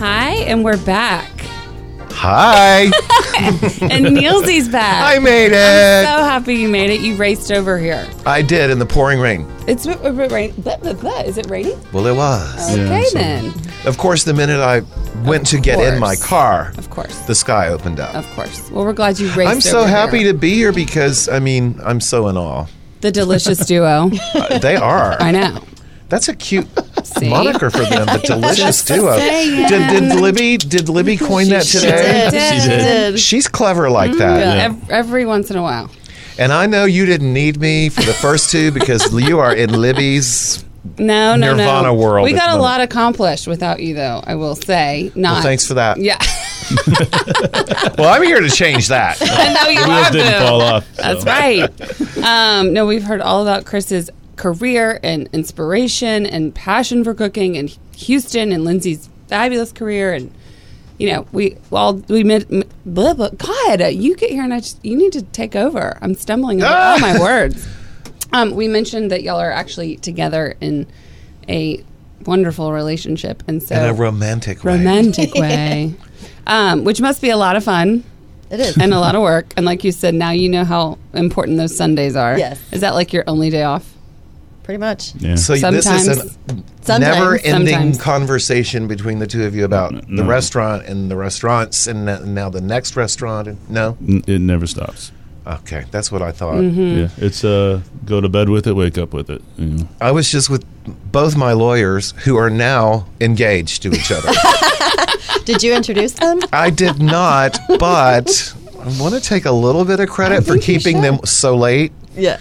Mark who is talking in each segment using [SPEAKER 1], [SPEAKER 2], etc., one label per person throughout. [SPEAKER 1] and we're back.
[SPEAKER 2] Hi.
[SPEAKER 1] And Nielsy's back.
[SPEAKER 2] I made
[SPEAKER 1] I'm
[SPEAKER 2] it.
[SPEAKER 1] so happy you made it. You raced over here.
[SPEAKER 2] I did in the pouring rain.
[SPEAKER 1] It's it, it, rain- blah, blah, blah. Is it raining?
[SPEAKER 2] Well, it was.
[SPEAKER 1] Okay
[SPEAKER 3] so-
[SPEAKER 1] then.
[SPEAKER 2] Of course, the minute I went to get in my
[SPEAKER 1] Oh. course.
[SPEAKER 2] car,
[SPEAKER 1] Of course.
[SPEAKER 2] the sky opened up.
[SPEAKER 1] Of course. Well, we're glad you raced.
[SPEAKER 2] I'm so
[SPEAKER 1] over
[SPEAKER 2] happy
[SPEAKER 1] here.
[SPEAKER 2] to be here because, I mean, I'm so in awe.
[SPEAKER 1] the delicious duo.
[SPEAKER 2] Uh, they are.
[SPEAKER 1] I know.
[SPEAKER 2] That's a cute
[SPEAKER 1] See?
[SPEAKER 2] moniker for them, the delicious
[SPEAKER 4] Just
[SPEAKER 2] duo.
[SPEAKER 4] saying.
[SPEAKER 2] Did, did Libby did Libby coin that
[SPEAKER 4] She
[SPEAKER 2] today?
[SPEAKER 4] did.
[SPEAKER 1] She
[SPEAKER 4] She
[SPEAKER 1] did. Mm-hmm.
[SPEAKER 4] did.
[SPEAKER 2] She's clever like that.
[SPEAKER 1] Yeah, ev- every once in a while.
[SPEAKER 2] And I know you didn't need me for the first two because you are in Libby's.
[SPEAKER 1] No, no,
[SPEAKER 2] Nirvana
[SPEAKER 1] no.
[SPEAKER 2] world
[SPEAKER 1] We
[SPEAKER 2] at
[SPEAKER 1] got a
[SPEAKER 2] the moment.
[SPEAKER 1] lot accomplished without you, though. I will say, not.
[SPEAKER 2] Well, thanks for that.
[SPEAKER 1] Yeah,
[SPEAKER 2] Well, I'm here to change that.
[SPEAKER 1] I know you
[SPEAKER 3] Wheels
[SPEAKER 1] are.
[SPEAKER 3] didn't
[SPEAKER 1] boo.
[SPEAKER 3] fall off. so.
[SPEAKER 1] That's right. Um, no, we've heard all about Chris's career and inspiration and passion for cooking and Houston and Lindsay's fabulous career and you know we all we met. m- Blah, blah. God, you get here and I just you need to take over. I'm stumbling over all my words. Um, we mentioned that y'all are actually together in a wonderful relationship, and so
[SPEAKER 2] In a romantic way.
[SPEAKER 1] romantic way, um, which must be a lot of fun
[SPEAKER 4] It is.
[SPEAKER 1] and a lot of work. And like you said, now you know how important those Sundays are.
[SPEAKER 4] Yes.
[SPEAKER 1] Is that like your only day off?
[SPEAKER 4] Pretty much.
[SPEAKER 3] Yeah.
[SPEAKER 2] so this
[SPEAKER 1] Sometimes.
[SPEAKER 2] is a never-ending
[SPEAKER 1] Sometimes.
[SPEAKER 2] conversation between the two of you about the
[SPEAKER 3] no.
[SPEAKER 2] restaurant and the restaurants, and n- now the next restaurant. And no,
[SPEAKER 3] N- it never stops.
[SPEAKER 2] okay, that's what I thought.
[SPEAKER 1] Mm. Hmm.
[SPEAKER 3] Yeah, it's uh, go to bed with it, wake up with it. You know.
[SPEAKER 2] I was just with both my lawyers, who are now engaged to each other.
[SPEAKER 4] Did you introduce them?
[SPEAKER 2] I did not, but I want to take a little bit of credit for keeping them so late
[SPEAKER 4] yeah.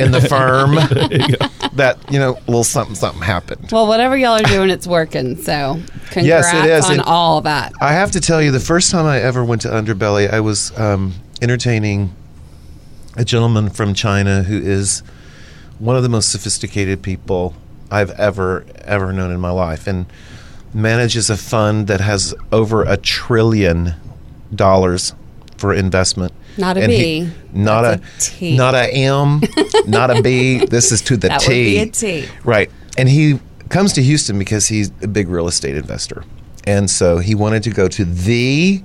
[SPEAKER 2] in the firm that you know, a little something something happened.
[SPEAKER 1] Well, whatever y'all are doing, it's working. So congrats
[SPEAKER 2] Yes, it is.
[SPEAKER 1] on
[SPEAKER 2] And-
[SPEAKER 1] all that.
[SPEAKER 2] I have to tell you, the first time I ever went to Underbelly, I was um, entertaining a gentleman from China who is one of the most sophisticated people I've ever ever known in my life, and manages a fund that has over a trillion dollars for investment.
[SPEAKER 1] Not a
[SPEAKER 2] And
[SPEAKER 1] B.
[SPEAKER 2] not a,
[SPEAKER 1] That's a T.
[SPEAKER 2] not a M, not a B. This is to the
[SPEAKER 1] That would
[SPEAKER 2] T.
[SPEAKER 1] be a T.
[SPEAKER 2] Right. And he comes to Houston because he's a big real estate investor. And so he wanted to go to the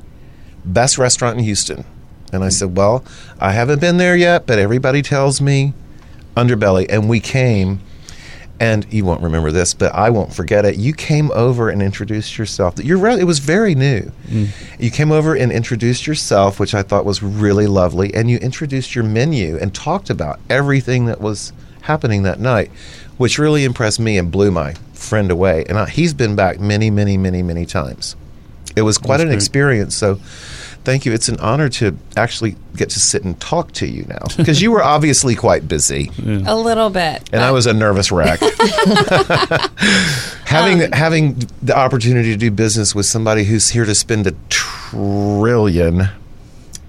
[SPEAKER 2] best restaurant in Houston. And I said, Well, I haven't been there yet, but everybody tells me Underbelly. And we came, and you won't remember this, but I won't forget it. You came over and introduced yourself. You're right, it was very new. You came over and introduced yourself, which I thought was really lovely. And you introduced your menu and talked about everything that was happening that night, which really impressed me and blew my friend away. And I, he's been back many, many, many, many times. It was quite an experience. So, thank you. It's an honor to actually get to sit and talk to you now because you were obviously quite busy, and
[SPEAKER 1] A little bit.
[SPEAKER 2] I was a nervous wreck. having
[SPEAKER 1] Um,
[SPEAKER 2] having the opportunity to do business with somebody who's here to spend a trillion,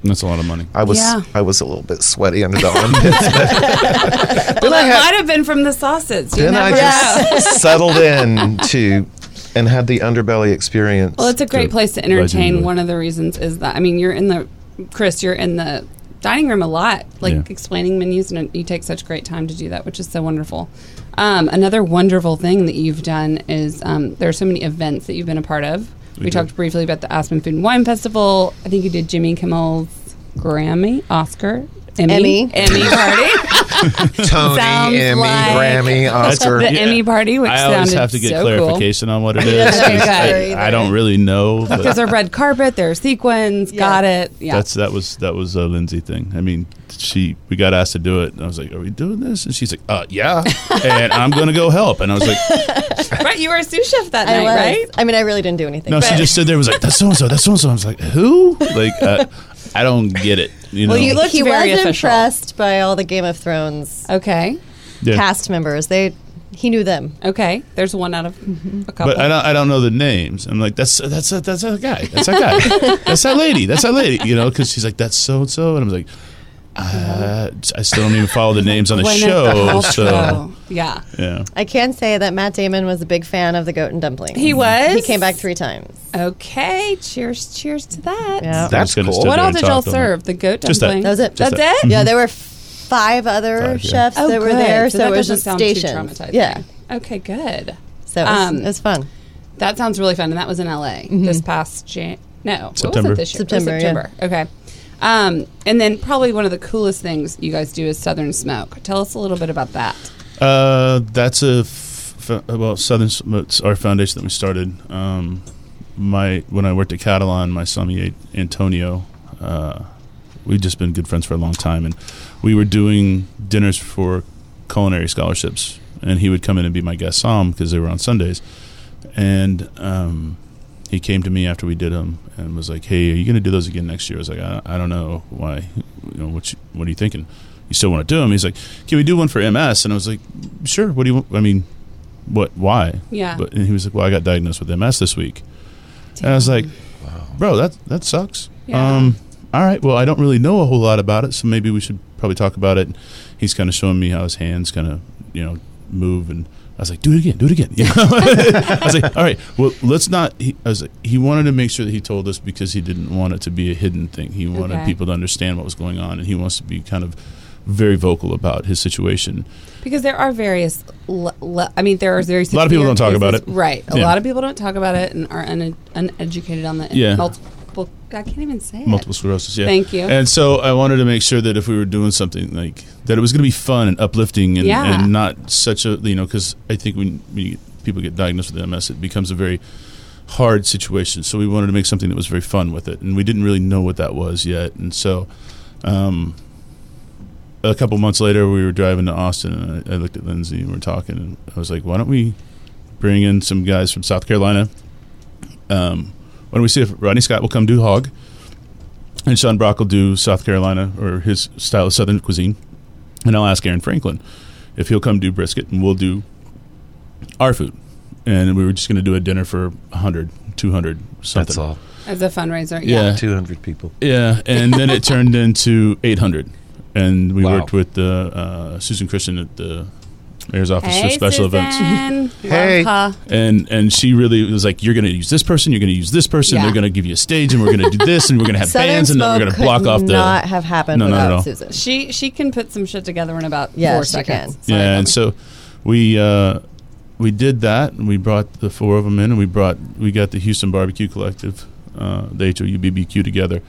[SPEAKER 3] That's a lot of money.
[SPEAKER 2] I was
[SPEAKER 1] Yeah.
[SPEAKER 2] I was a little bit sweaty under the armpits.
[SPEAKER 1] Well, that might have been from the sausage. You
[SPEAKER 2] then I
[SPEAKER 1] never know.
[SPEAKER 2] just settled in to and had the underbelly experience.
[SPEAKER 1] Well, it's a great
[SPEAKER 3] Good.
[SPEAKER 1] place to entertain.
[SPEAKER 3] Legendary.
[SPEAKER 1] One of the reasons is that I mean, you're in the Chris, you're in the dining room a lot, like
[SPEAKER 3] Yeah.
[SPEAKER 1] explaining menus, and you take such great time to do that, which is so wonderful. Um, another wonderful thing that you've done is um, there are so many events that you've been a part of. We,
[SPEAKER 3] did.
[SPEAKER 1] talked briefly about the Aspen Food and Wine Festival. I think you did Jimmy Kimmel's Grammy, Oscar, Emmy,
[SPEAKER 4] Emmy.
[SPEAKER 1] Emmy party,
[SPEAKER 2] Tony,
[SPEAKER 1] sounds
[SPEAKER 2] Emmy,
[SPEAKER 1] like-
[SPEAKER 2] Grammy, Oscar.
[SPEAKER 1] the Emmy party, which
[SPEAKER 3] I always
[SPEAKER 1] sounded
[SPEAKER 3] have to get
[SPEAKER 1] so cool.
[SPEAKER 3] clarification on what it is.
[SPEAKER 1] Okay,
[SPEAKER 3] 'cause
[SPEAKER 4] good.
[SPEAKER 3] I, I don't really know. but
[SPEAKER 1] There's a red carpet. There are sequins.
[SPEAKER 4] Yeah.
[SPEAKER 1] Got it. Yeah.
[SPEAKER 3] That's that was that was a Lindsay thing. I mean, she we got asked to do it, and I was like, "Are we doing this?" And she's like, "Uh, yeah," and I'm gonna go help. And I was like,
[SPEAKER 1] right, you were a sous chef that
[SPEAKER 4] I
[SPEAKER 1] night,
[SPEAKER 4] was.
[SPEAKER 1] right?
[SPEAKER 4] I mean, I really didn't do anything.
[SPEAKER 3] "No." She
[SPEAKER 4] but-
[SPEAKER 3] just stood there, and was like, "That's so and so. That's so and so." I was like, "Who?" Like, uh, I don't get it. You know?
[SPEAKER 1] Well, you looked
[SPEAKER 4] he
[SPEAKER 1] very
[SPEAKER 4] was
[SPEAKER 1] official.
[SPEAKER 4] impressed by all the Game of Thrones
[SPEAKER 1] Okay.
[SPEAKER 3] Yeah.
[SPEAKER 4] cast members. They he knew them.
[SPEAKER 1] Okay. There's one out of a couple.
[SPEAKER 3] But I don't, I don't know the names. I'm like, that's that's that that's that guy. That's that guy. that's that lady. That's that lady. You know, because she's like, that's so and so, and I'm like, uh, I still don't even follow the names on the
[SPEAKER 1] Gwyneth
[SPEAKER 3] show.
[SPEAKER 1] Paltrow.
[SPEAKER 3] So
[SPEAKER 1] yeah,
[SPEAKER 3] yeah,
[SPEAKER 4] I can say that Matt Damon was a big fan of the goat and dumpling.
[SPEAKER 1] he was.
[SPEAKER 4] He came back three times.
[SPEAKER 1] Okay. Cheers. Cheers to that.
[SPEAKER 4] Yeah.
[SPEAKER 2] That's
[SPEAKER 3] I'm just gonna
[SPEAKER 2] cool.
[SPEAKER 3] sit
[SPEAKER 1] What
[SPEAKER 3] there
[SPEAKER 1] all
[SPEAKER 3] and
[SPEAKER 1] did y'all
[SPEAKER 3] talk to them.
[SPEAKER 1] serve? The goat
[SPEAKER 3] Just that.
[SPEAKER 1] dumpling.
[SPEAKER 4] That was it.
[SPEAKER 1] That's
[SPEAKER 3] Just that. Mm-hmm.
[SPEAKER 1] it.
[SPEAKER 4] Yeah, there were five other
[SPEAKER 3] Five, yeah.
[SPEAKER 4] chefs
[SPEAKER 1] Oh,
[SPEAKER 4] that were
[SPEAKER 1] good.
[SPEAKER 4] there,
[SPEAKER 1] So,
[SPEAKER 4] so,
[SPEAKER 1] that
[SPEAKER 4] it was
[SPEAKER 1] doesn't
[SPEAKER 4] just
[SPEAKER 1] sound too
[SPEAKER 4] stationed.
[SPEAKER 1] traumatizing.
[SPEAKER 4] Yeah,
[SPEAKER 1] Okay. Good.
[SPEAKER 4] so it was,
[SPEAKER 1] Um,
[SPEAKER 4] it was fun.
[SPEAKER 1] That sounds really fun, and that was in LA this past Jan- no What
[SPEAKER 3] September.
[SPEAKER 1] was it this year? It was
[SPEAKER 4] September, yeah.
[SPEAKER 1] September. Okay. Um, and then probably one of the coolest things you guys do is Southern Smoke. Tell us a little bit about that.
[SPEAKER 3] Uh, that's a f- f- well, Southern Smokes, our foundation that we started. Um, my when I worked at Catalan, my sommelier Antonio, uh, we've just been good friends for a long time, and we were doing dinners for culinary scholarships, and he would come in and be my guest som because they were on Sundays, and um, he came to me after we did them and was like, "Hey, are you going to do those again next year?" I was like, "I, I don't know why. You know, what you, what are you thinking? You still want to do them?" He's like, "Can we do one for MS?" And I was like, "Sure. What do you? want- I mean, what? Why?"
[SPEAKER 1] Yeah.
[SPEAKER 3] But and he was like, "Well, I got diagnosed with MS this week," and I was like, "Bro, that that sucks."
[SPEAKER 1] Yeah.
[SPEAKER 3] Um, all right. Well, I don't really know a whole lot about it, so maybe we should probably talk about it. He's kind of showing me how his hands kind of, you know, move, and I was like, "Do it again, do it again." You know? I was like, "All right, well, let's not." He, I was like, he wanted to make sure that he told us because he didn't want it to be a hidden thing. He wanted
[SPEAKER 1] Okay.
[SPEAKER 3] people to understand what was going on, and he wants to be kind of very vocal about his situation.
[SPEAKER 1] Because there are various, le- le- I mean, there are various.
[SPEAKER 3] A lot of people don't talk about
[SPEAKER 1] experiences-
[SPEAKER 3] it.
[SPEAKER 1] Right. A
[SPEAKER 3] Yeah.
[SPEAKER 1] lot of people don't talk about it and are un- uneducated on the
[SPEAKER 3] Yeah.
[SPEAKER 1] multiple. I can't even say it.
[SPEAKER 3] multiple sclerosis. Yeah.
[SPEAKER 1] Thank you.
[SPEAKER 3] And so I wanted to make sure that if we were doing something like that, it was going to be fun and uplifting, and,
[SPEAKER 1] Yeah.
[SPEAKER 3] and not such a you know because I think when, when people get diagnosed with MS, it becomes a very hard situation. So we wanted to make something that was very fun with it, and we didn't really know what that was yet. And so, um, a couple months later, we were driving to Austin, and I, I looked at Lindsay and we were talking, and I was like, "Why don't we bring in some guys from South Carolina?" Um, why don't we see if Rodney Scott will come do Hog, and Sean Brock will do South Carolina or his style of Southern cuisine, and I'll ask Aaron Franklin if he'll come do brisket, and we'll do our food. And we were just going to do a dinner for 100, 200, something.
[SPEAKER 2] That's all.
[SPEAKER 1] As a fundraiser.
[SPEAKER 3] Yeah.
[SPEAKER 1] Yeah.
[SPEAKER 2] 200 people.
[SPEAKER 3] Yeah, and then it turned into 800. And we
[SPEAKER 2] Wow.
[SPEAKER 3] worked with uh, uh, Susan Christian at the mayor's office for
[SPEAKER 1] Hey,
[SPEAKER 3] special events.
[SPEAKER 1] Susan.
[SPEAKER 2] Hey.
[SPEAKER 1] Love her.
[SPEAKER 3] And and she really was like, You're going to use this person, you're going to use this person,
[SPEAKER 1] Yeah.
[SPEAKER 3] they're going to give you a stage, and we're going to do this, and we're going to have
[SPEAKER 4] Southern
[SPEAKER 3] bands, and then we're
[SPEAKER 4] Smoke
[SPEAKER 3] going to block
[SPEAKER 4] could
[SPEAKER 3] off the.
[SPEAKER 4] Not have happened
[SPEAKER 3] No, not at
[SPEAKER 4] without
[SPEAKER 3] all.
[SPEAKER 4] Susan.
[SPEAKER 1] She she can put some shit together in about
[SPEAKER 4] Yeah,
[SPEAKER 1] four
[SPEAKER 4] she
[SPEAKER 1] seconds.
[SPEAKER 4] can.
[SPEAKER 1] Sorry,
[SPEAKER 3] yeah, and
[SPEAKER 1] Bobby.
[SPEAKER 3] so we uh, we did that, and we brought the four of them in, and we brought we got the Houston Barbecue Collective, uh, the HOUBBQ together,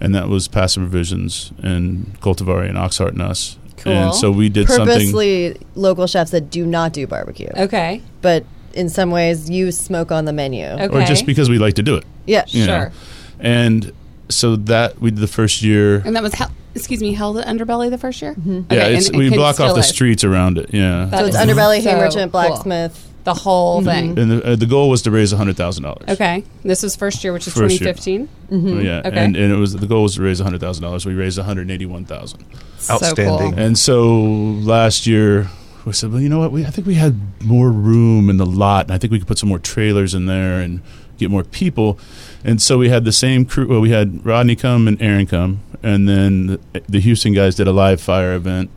[SPEAKER 3] and that was Passive Revisions and Cultivari and Oxheart and us.
[SPEAKER 1] Cool.
[SPEAKER 3] And so we did something.
[SPEAKER 4] Purposely, local chefs that do not do barbecue,
[SPEAKER 1] Oh, okay,
[SPEAKER 4] but in some ways, you smoke on the menu.
[SPEAKER 1] okay,
[SPEAKER 3] Or just because we like to do it.
[SPEAKER 4] Yeah,
[SPEAKER 3] you know.
[SPEAKER 1] Sure.
[SPEAKER 3] And so that we did the first year.
[SPEAKER 1] and that was hel- excuse me held at Underbelly the first year. Okay,
[SPEAKER 3] yeah,
[SPEAKER 1] and
[SPEAKER 3] it's,
[SPEAKER 1] it
[SPEAKER 3] we
[SPEAKER 1] can
[SPEAKER 3] block
[SPEAKER 1] still
[SPEAKER 3] off the
[SPEAKER 1] is.
[SPEAKER 3] streets around it. Yeah.
[SPEAKER 1] That
[SPEAKER 4] So it's
[SPEAKER 1] is
[SPEAKER 4] underbelly, hay
[SPEAKER 1] so
[SPEAKER 4] merchant,
[SPEAKER 1] cool.
[SPEAKER 4] blacksmith. Mm-hmm.
[SPEAKER 1] the whole thing.
[SPEAKER 3] and the, uh, the goal was to raise hundred thousand dollars.
[SPEAKER 1] Okay, this was first year, which is
[SPEAKER 3] First year.
[SPEAKER 1] 2015.
[SPEAKER 3] Yeah.
[SPEAKER 1] Okay.
[SPEAKER 3] And, and it was the goal was to raise hundred thousand dollars. We raised one hundred eighty-one thousand.
[SPEAKER 1] So
[SPEAKER 2] Outstanding.
[SPEAKER 1] cool.
[SPEAKER 3] And so last year, we said, well, you know what? We, I think we had more room in the lot, and I think we could put some more trailers in there and get more people. And so we had the same crew. Well, we had Rodney come and Aaron come, and then the, the Houston guys did a live fire event,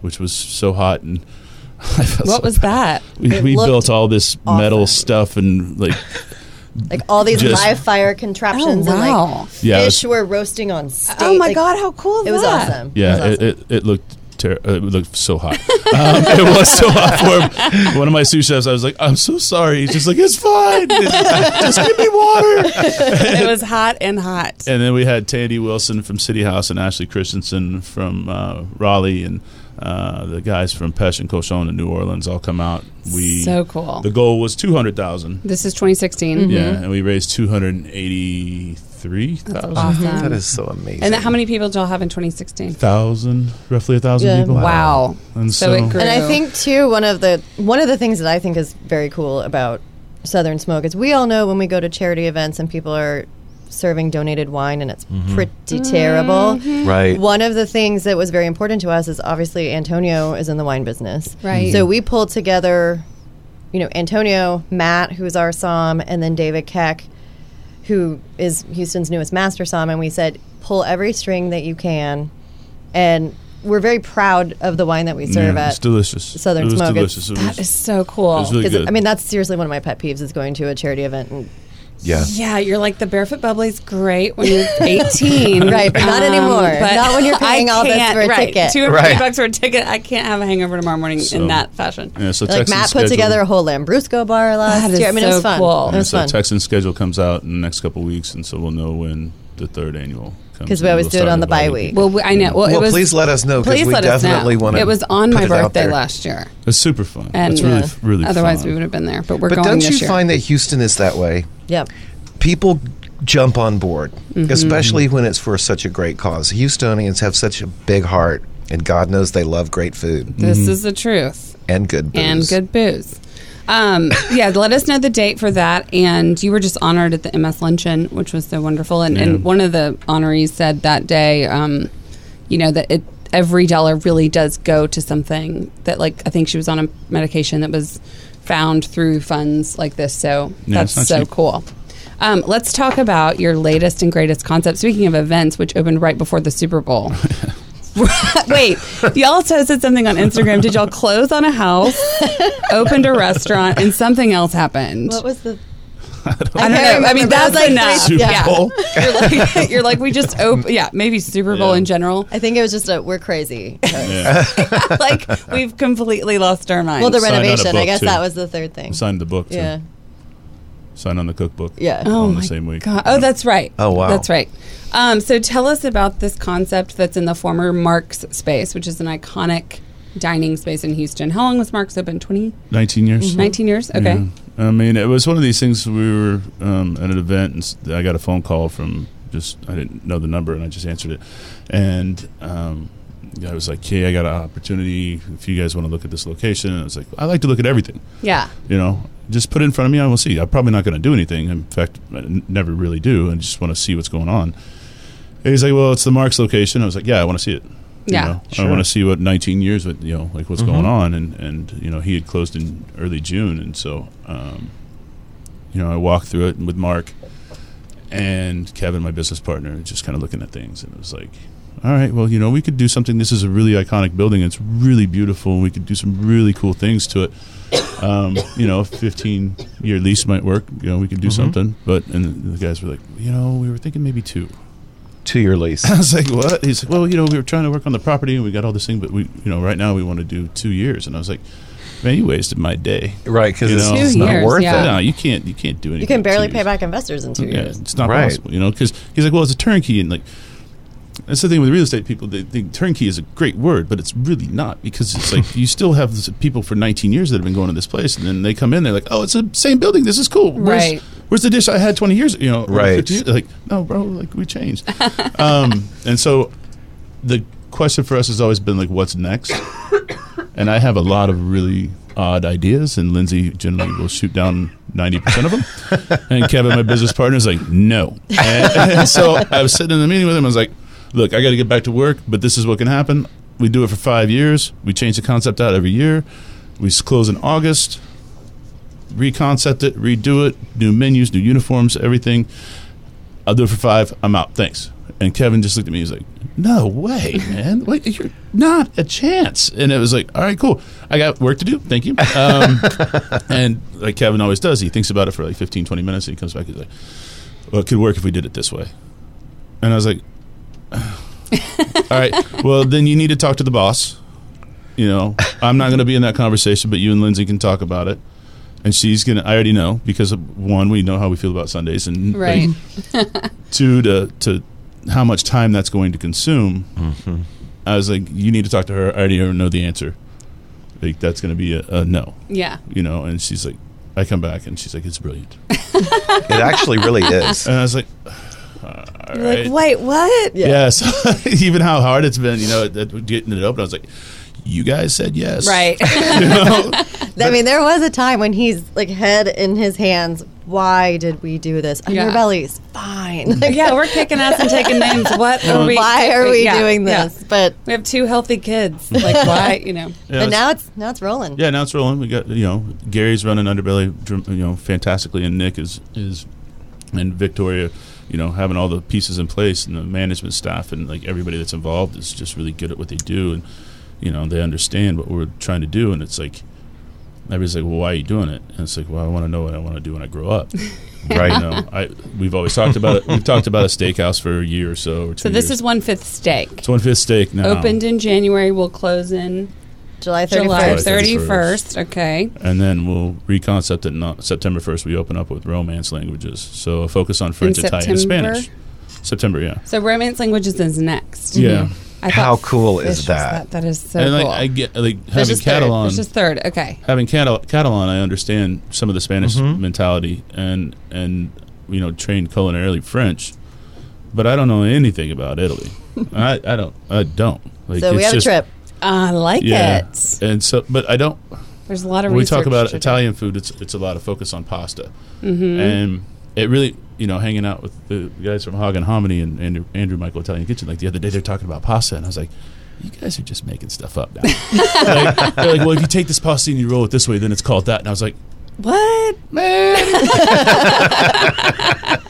[SPEAKER 3] which was so hot and. I felt so
[SPEAKER 1] What was
[SPEAKER 3] bad.
[SPEAKER 1] that?
[SPEAKER 3] We,
[SPEAKER 4] It
[SPEAKER 3] we
[SPEAKER 4] looked
[SPEAKER 3] built all this metal
[SPEAKER 4] awesome.
[SPEAKER 3] stuff and like
[SPEAKER 4] Like all these
[SPEAKER 3] Just-
[SPEAKER 4] live fire contraptions
[SPEAKER 1] Oh,
[SPEAKER 4] and
[SPEAKER 1] wow.
[SPEAKER 4] like
[SPEAKER 3] Yeah, it
[SPEAKER 4] fish
[SPEAKER 3] was-
[SPEAKER 4] were roasting on steak.
[SPEAKER 1] Oh my
[SPEAKER 4] Like,
[SPEAKER 1] god, how cool!
[SPEAKER 4] It was
[SPEAKER 1] that?
[SPEAKER 4] awesome.
[SPEAKER 3] Yeah,
[SPEAKER 4] it was
[SPEAKER 3] it, it, it looked ter- uh, it looked so hot. um, it was so hot for him. One of my sous chefs, I was like, "I'm so sorry." He's just like, "It's fine. Just give me water."
[SPEAKER 1] it was hot and hot.
[SPEAKER 3] And then we had Tandy Wilson from City House and Ashley Christensen from uh, Raleigh and uh, the guys from Pesh and Cochon in New Orleans all come out. We
[SPEAKER 1] so cool.
[SPEAKER 3] The goal was two hundred
[SPEAKER 4] Mm-hmm.
[SPEAKER 3] thousand.
[SPEAKER 1] this is 2016.
[SPEAKER 3] Yeah, and we raised two hundred eighty three thousand.
[SPEAKER 1] Awesome.
[SPEAKER 2] That is so amazing.
[SPEAKER 1] Um, and then how many people did y'all have in 2016?
[SPEAKER 3] Thousand, roughly a thousand
[SPEAKER 4] Yeah.
[SPEAKER 3] people.
[SPEAKER 1] Wow.
[SPEAKER 3] And
[SPEAKER 1] so,
[SPEAKER 3] so-
[SPEAKER 1] it grew.
[SPEAKER 4] And I think too one of the one of the things that I think is very cool about Southern Smoke is we all know when we go to charity events and people are serving donated wine and it's
[SPEAKER 3] Mm-hmm.
[SPEAKER 4] pretty terrible.
[SPEAKER 1] Mm-hmm.
[SPEAKER 2] Right.
[SPEAKER 4] One of the things that was very important to us is obviously Antonio is in the wine business.
[SPEAKER 1] Right.
[SPEAKER 4] So we pulled together, you know, Antonio, Matt, who's our SOM, and then David Keck, who is Houston's newest master SOM, and we said, pull every string that you can. And we're very proud of the wine that we serve
[SPEAKER 3] Yeah,
[SPEAKER 4] at.
[SPEAKER 3] it's delicious.
[SPEAKER 4] Southern
[SPEAKER 3] it was
[SPEAKER 4] Smoke. It's-
[SPEAKER 3] Delicious. It was-
[SPEAKER 1] that is so cool.
[SPEAKER 3] It was really
[SPEAKER 4] 'Cause,
[SPEAKER 3] good.
[SPEAKER 4] I mean, that's seriously one of my pet peeves is going to a charity event and
[SPEAKER 2] Yeah.
[SPEAKER 1] Yeah, you're like the barefoot bubbly's great when you're 18,
[SPEAKER 4] Right, but not anymore. Not when you're
[SPEAKER 1] I
[SPEAKER 4] paying all this
[SPEAKER 1] can't-
[SPEAKER 4] for a
[SPEAKER 1] right,
[SPEAKER 4] ticket.
[SPEAKER 1] Two or
[SPEAKER 2] Right.
[SPEAKER 1] three bucks for a ticket. I can't have a hangover tomorrow morning
[SPEAKER 3] So-
[SPEAKER 1] in that fashion.
[SPEAKER 3] Yeah, so
[SPEAKER 4] Like
[SPEAKER 3] Texan
[SPEAKER 4] Matt put
[SPEAKER 3] schedule-
[SPEAKER 4] together a whole Lambrusco bar last
[SPEAKER 1] That is
[SPEAKER 4] year. I mean, it was
[SPEAKER 1] so
[SPEAKER 4] fun.
[SPEAKER 1] cool.
[SPEAKER 4] It
[SPEAKER 3] And
[SPEAKER 4] was
[SPEAKER 3] so
[SPEAKER 4] fun.
[SPEAKER 3] Texan schedule comes out in the next couple weeks, and so we'll know when the third annual comes.
[SPEAKER 4] 'Cause we
[SPEAKER 3] and
[SPEAKER 4] always
[SPEAKER 3] we'll
[SPEAKER 4] do it
[SPEAKER 3] start
[SPEAKER 4] on the bye
[SPEAKER 3] inviting
[SPEAKER 4] week.
[SPEAKER 3] people.
[SPEAKER 1] Well, we, I know. Well,
[SPEAKER 2] Well,
[SPEAKER 1] it was,
[SPEAKER 2] please let us know because
[SPEAKER 1] please
[SPEAKER 2] we
[SPEAKER 1] let us
[SPEAKER 2] definitely
[SPEAKER 1] know.
[SPEAKER 2] want to.
[SPEAKER 1] It was on
[SPEAKER 2] put
[SPEAKER 1] my
[SPEAKER 2] it out
[SPEAKER 1] birthday
[SPEAKER 2] there.
[SPEAKER 1] last year,
[SPEAKER 3] It's super fun.
[SPEAKER 1] and
[SPEAKER 3] it's really,
[SPEAKER 1] uh,
[SPEAKER 3] really.
[SPEAKER 1] otherwise
[SPEAKER 3] fun.
[SPEAKER 1] we would have been there. But we're
[SPEAKER 2] But
[SPEAKER 1] going
[SPEAKER 2] don't
[SPEAKER 1] this
[SPEAKER 2] you
[SPEAKER 1] year.
[SPEAKER 2] find that Houston is that way?
[SPEAKER 4] Yep.
[SPEAKER 2] People jump on board,
[SPEAKER 1] Mm-hmm.
[SPEAKER 2] especially when it's for such a great cause. Houstonians have such a big heart, and God knows they love great food
[SPEAKER 1] this
[SPEAKER 3] Mm-hmm.
[SPEAKER 1] is the truth.
[SPEAKER 2] and good booze.
[SPEAKER 1] and good booze. Um, yeah, let us know the date for that. And you were just honored at the MS luncheon, which was so wonderful. And,
[SPEAKER 3] Yeah.
[SPEAKER 1] and one of the honorees said that day, um, you know, that it every dollar really does go to something that, like, I think she was on a medication that was found through funds like this. So
[SPEAKER 3] Yeah, it's
[SPEAKER 1] that's so
[SPEAKER 3] not cheap.
[SPEAKER 1] cool. Um, let's talk about your latest and greatest concept. Speaking of events, which opened right before the Super Bowl. Wait, y'all posted something on Instagram. Did y'all close on a house, opened a restaurant, and something else happened?
[SPEAKER 4] What was the?
[SPEAKER 1] I don't know.
[SPEAKER 4] can't
[SPEAKER 1] I mean,
[SPEAKER 4] remember.
[SPEAKER 1] that's
[SPEAKER 4] That was like
[SPEAKER 1] enough.
[SPEAKER 4] three-
[SPEAKER 1] yeah. You're like, you're like, we just open. Yeah, maybe Super Bowl
[SPEAKER 3] Yeah.
[SPEAKER 1] in general.
[SPEAKER 4] I think it was just a we're crazy.
[SPEAKER 3] Yeah.
[SPEAKER 1] like we've completely lost our minds.
[SPEAKER 4] well, the
[SPEAKER 3] Signed on a
[SPEAKER 4] renovation. I
[SPEAKER 3] book,
[SPEAKER 4] guess
[SPEAKER 3] too.
[SPEAKER 4] that was the third thing.
[SPEAKER 3] signed the book. Too.
[SPEAKER 4] Yeah.
[SPEAKER 3] Signed on the cookbook.
[SPEAKER 4] Yeah.
[SPEAKER 1] oh
[SPEAKER 3] all in
[SPEAKER 1] my
[SPEAKER 3] the same week.
[SPEAKER 1] God. Oh, that's right.
[SPEAKER 2] Oh, wow.
[SPEAKER 1] that's right. Um, so tell us about this concept that's in the former Mark's space, which is an iconic dining space in Houston. How long was Mark's open? 20,
[SPEAKER 3] 19 years.
[SPEAKER 1] 19 years. Mm-hmm. Okay.
[SPEAKER 3] Yeah. I mean, it was one of these things. We were um, at an event, and s- I got a phone call from just I didn't know the number, and I just answered it. And um, I was like, "Hey, I got an opportunity. If you guys want to look at this location," and I was like, "I like to look at everything.
[SPEAKER 1] Yeah.
[SPEAKER 3] You know, just put it in front of me. I will see. I'm probably not going to do anything. In fact, I n- never really do, and just want to see what's going on." And he's like, "Well, it's the Marks location." I was like, "Yeah, I want to see it." You
[SPEAKER 1] Yeah.
[SPEAKER 3] know,
[SPEAKER 2] Sure.
[SPEAKER 3] I want to see what 19 years, with you know, like what's going on, and and you know, he had closed in early June, and so, um, you know, I walked through it with Mark and Kevin, my business partner, and just kind of looking at things, and it was like, all right, well, you know, we could do something. This is a really iconic building. It's really beautiful. and We could do some really cool things to it. Um, you know, 15 year lease might work. You know, we could do
[SPEAKER 4] Mm-hmm.
[SPEAKER 3] something. But and the guys were like, you know, we were thinking maybe two.
[SPEAKER 2] to your lease.
[SPEAKER 3] I was like, "What?" He's like, "Well, you know, we were trying to work on the property, and we got all this thing, but we, you know, right now we want to do two years." And I was like, "Man, you wasted my day.
[SPEAKER 2] Right, because
[SPEAKER 3] You
[SPEAKER 2] it's,
[SPEAKER 3] know,
[SPEAKER 2] it's
[SPEAKER 3] Two
[SPEAKER 2] not
[SPEAKER 1] years,
[SPEAKER 2] worth
[SPEAKER 1] yeah.
[SPEAKER 2] it.
[SPEAKER 3] No, you can't. You can't do anything.
[SPEAKER 4] You can barely
[SPEAKER 3] two
[SPEAKER 4] pay
[SPEAKER 3] years.
[SPEAKER 4] back investors in two
[SPEAKER 3] Yeah,
[SPEAKER 4] years.
[SPEAKER 3] it's not
[SPEAKER 2] Right.
[SPEAKER 3] possible, you know, because he's like, "Well, it's a turnkey," and like, that's the thing with real estate people. They think turnkey is a great word, but it's really not because it's like you still have this- people for 19 years that have been going to this place, and then they come in, they're like, "Oh, it's the same building. This is cool. Where's,
[SPEAKER 1] Right.
[SPEAKER 3] Where's the dish I had 20 years? You know, or
[SPEAKER 2] Right.
[SPEAKER 3] 50 years? Like, no, bro. Like, we changed. um, and so the question for us has always been like, what's next? and I have a lot of really odd ideas, and Lindsay generally will shoot down ninety percent of them. and Kevin, my business partner, is like, no. And, and so I was sitting in the meeting with him. I was like, look, I got to get back to work, but this is what can happen. We do it for five years. We change the concept out every year. We s- close in August reconcept it, redo it, new menus, new uniforms, everything. I'll do it for five. I'm out. Thanks. And Kevin just looked at me. He's like, "No way, man! Like you're not a chance." And it was like, "All right, cool. I got work to do. Thank you." Um, and like Kevin always does, he thinks about it for like 15, 20 minutes, and he comes back. He's like, "Well, it could work if we did it this way." And I was like, "All right. Well, then you need to talk to the boss. You know, I'm not going to be in that conversation, but you and Lindsay can talk about it." and she's gonna. I already know because of, one, we know how we feel about Sundays, and like,
[SPEAKER 1] Right.
[SPEAKER 3] two, to to how much time that's going to consume. I was like, you need to talk to her. I already know the answer. Like that's gonna be a, a no,
[SPEAKER 1] Yeah.
[SPEAKER 3] you know. And she's like, I come back, and she's like, it's brilliant.
[SPEAKER 2] It actually really is.
[SPEAKER 3] And I was like, all
[SPEAKER 1] You're like,
[SPEAKER 3] right.
[SPEAKER 1] wait, what?
[SPEAKER 4] Yeah.
[SPEAKER 3] Yeah, so even how hard it's been, you know, at- at getting it open. I was like, you guys said yes,
[SPEAKER 1] Right.
[SPEAKER 3] You know?
[SPEAKER 4] I mean, there was a time when he's like head in his hands. Why did we do this?
[SPEAKER 1] Yeah.
[SPEAKER 4] Underbelly's fine.
[SPEAKER 3] Mm-hmm.
[SPEAKER 4] Like,
[SPEAKER 1] yeah, we're kicking ass and taking names. What are we?
[SPEAKER 4] why are we
[SPEAKER 1] yeah,
[SPEAKER 4] doing
[SPEAKER 1] yeah.
[SPEAKER 4] this? But
[SPEAKER 1] We have two healthy kids. Like, why? You know.
[SPEAKER 3] Yeah,
[SPEAKER 4] but
[SPEAKER 3] it's-
[SPEAKER 4] now it's now it's rolling.
[SPEAKER 3] Yeah, now it's rolling. We got you know Gary's running underbelly, dr- you know, fantastically, and Nick is is and Victoria, you know, having all the pieces in place and the management staff and like everybody that's involved is just really good at what they do and you know they understand what we're trying to do and it's like Everybody's like, "Well, why are you doing it?" And it's like, "Well, I want to know what I want to do when I grow up."
[SPEAKER 2] Right.
[SPEAKER 3] You know, I we've always talked about it. We've talked about a steakhouse for a year or so. Or two
[SPEAKER 1] So this
[SPEAKER 3] years.
[SPEAKER 1] is one fifth steak.
[SPEAKER 3] it's one fifth steak now.
[SPEAKER 1] Opened in January. Will close in
[SPEAKER 4] July 31st.
[SPEAKER 1] July thirty
[SPEAKER 3] 31st.
[SPEAKER 1] first. Okay.
[SPEAKER 3] and then we'll reconcept it. In September first, we open up with romance languages. So a focus on French,
[SPEAKER 1] In
[SPEAKER 3] Italian, and
[SPEAKER 1] September?
[SPEAKER 3] Spanish. September, yeah,
[SPEAKER 1] So romance languages is next.
[SPEAKER 4] Mm-hmm.
[SPEAKER 3] yeah.
[SPEAKER 1] I
[SPEAKER 2] How
[SPEAKER 1] thought
[SPEAKER 2] cool
[SPEAKER 1] fish
[SPEAKER 2] is
[SPEAKER 1] was
[SPEAKER 2] that?
[SPEAKER 1] That is so
[SPEAKER 3] and like,
[SPEAKER 1] cool.
[SPEAKER 3] I get like
[SPEAKER 1] Fish
[SPEAKER 3] having
[SPEAKER 1] is third.
[SPEAKER 3] Catalan,
[SPEAKER 1] Fish is third. Okay.
[SPEAKER 3] having Catal- Catalan, I understand some of the Spanish mentality and and you know trained culinarily French, but I don't know anything about Italy. I, I don't I don't. Like,
[SPEAKER 4] So we
[SPEAKER 3] it's
[SPEAKER 4] have
[SPEAKER 3] just-
[SPEAKER 4] a trip.
[SPEAKER 1] I like
[SPEAKER 3] Yeah,
[SPEAKER 1] it.
[SPEAKER 3] and so but I don't.
[SPEAKER 1] There's a lot of
[SPEAKER 3] When we
[SPEAKER 1] research
[SPEAKER 3] talk about
[SPEAKER 1] to do. Mm-hmm.
[SPEAKER 3] Italian food, it's it's a lot of focus on pasta, and it really you know hanging out with the guys from Hagen Hominy and Andrew, Andrew Michael Italian Kitchen. Like the other day, they're talking about pasta, and I was like. You guys are just making stuff up now. like, they're like, well, if you take this pasta and you roll it this way, then it's called that. And I was like,
[SPEAKER 1] What?
[SPEAKER 3] man,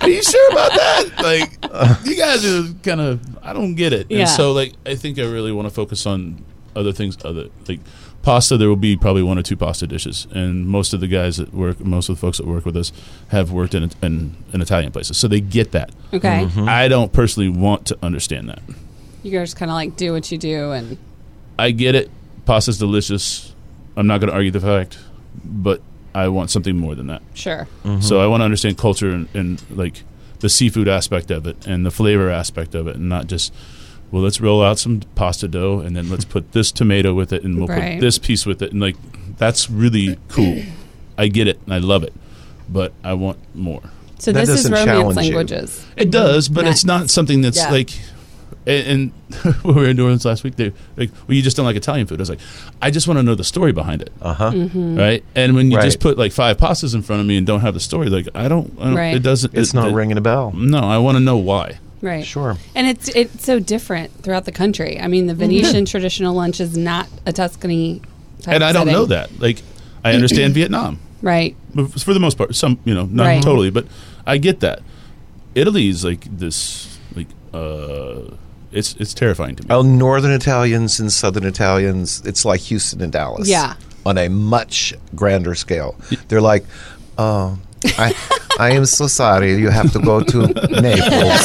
[SPEAKER 3] are you sure about that? Like, you guys are kind of, I don't get it.
[SPEAKER 1] Yeah.
[SPEAKER 3] And so, like, I think I really want to focus on other things, other like pasta. There will be probably one or two pasta dishes, and most of the guys that work, most of the folks that work with us have worked in in, in Italian places, so they get that.
[SPEAKER 1] Okay.
[SPEAKER 3] I don't personally want to understand that.
[SPEAKER 1] You guys kind of like do what you do, and
[SPEAKER 3] I get it. Pasta's delicious. I'm not going to argue the fact, but I want something more than that.
[SPEAKER 1] sure.
[SPEAKER 3] So I want to understand culture and, and like the seafood aspect of it and the flavor aspect of it, and not just well, let's roll out some pasta dough and then let's put this tomato with it and we'll
[SPEAKER 1] Right.
[SPEAKER 3] put this piece with it, and like that's really cool. I get it and I love it, but I want more.
[SPEAKER 1] So
[SPEAKER 2] That
[SPEAKER 1] this is
[SPEAKER 2] doesn't
[SPEAKER 1] romance
[SPEAKER 2] challenge you.
[SPEAKER 1] languages.
[SPEAKER 3] It does, but
[SPEAKER 1] Nice.
[SPEAKER 3] it's not something that's
[SPEAKER 4] Yeah.
[SPEAKER 3] like. And, and we were in New Orleans last week. They like, well, you just don't like Italian food. I was like, I just want to know the story behind it,
[SPEAKER 2] Uh huh.
[SPEAKER 1] Mm-hmm.
[SPEAKER 3] right? And when you
[SPEAKER 2] Right.
[SPEAKER 3] just put like five pastas in front of me and don't have the story, like I don't, I don't
[SPEAKER 1] Right.
[SPEAKER 3] it doesn't.
[SPEAKER 2] It's
[SPEAKER 3] it-
[SPEAKER 2] not
[SPEAKER 3] it-
[SPEAKER 2] ringing a bell.
[SPEAKER 3] No, I want to know why.
[SPEAKER 1] Right.
[SPEAKER 2] Sure. Mm-hmm.
[SPEAKER 1] And it's it's so different throughout the country. I mean, the Venetian traditional lunch is not a Tuscany. Type
[SPEAKER 3] and I don't
[SPEAKER 1] setting.
[SPEAKER 3] know that. Like, I understand Vietnam
[SPEAKER 1] Right.
[SPEAKER 3] but f- for the most part. Some, you know, not
[SPEAKER 1] Right.
[SPEAKER 3] totally, but I get that. Italy is like this, like, uh, it's it's terrifying to me.
[SPEAKER 2] Oh, Northern Italians and Southern Italians. It's like Houston and Dallas.
[SPEAKER 1] Yeah.
[SPEAKER 2] On a much grander scale. They're like, oh, I, I am so sorry. You have to go to Naples.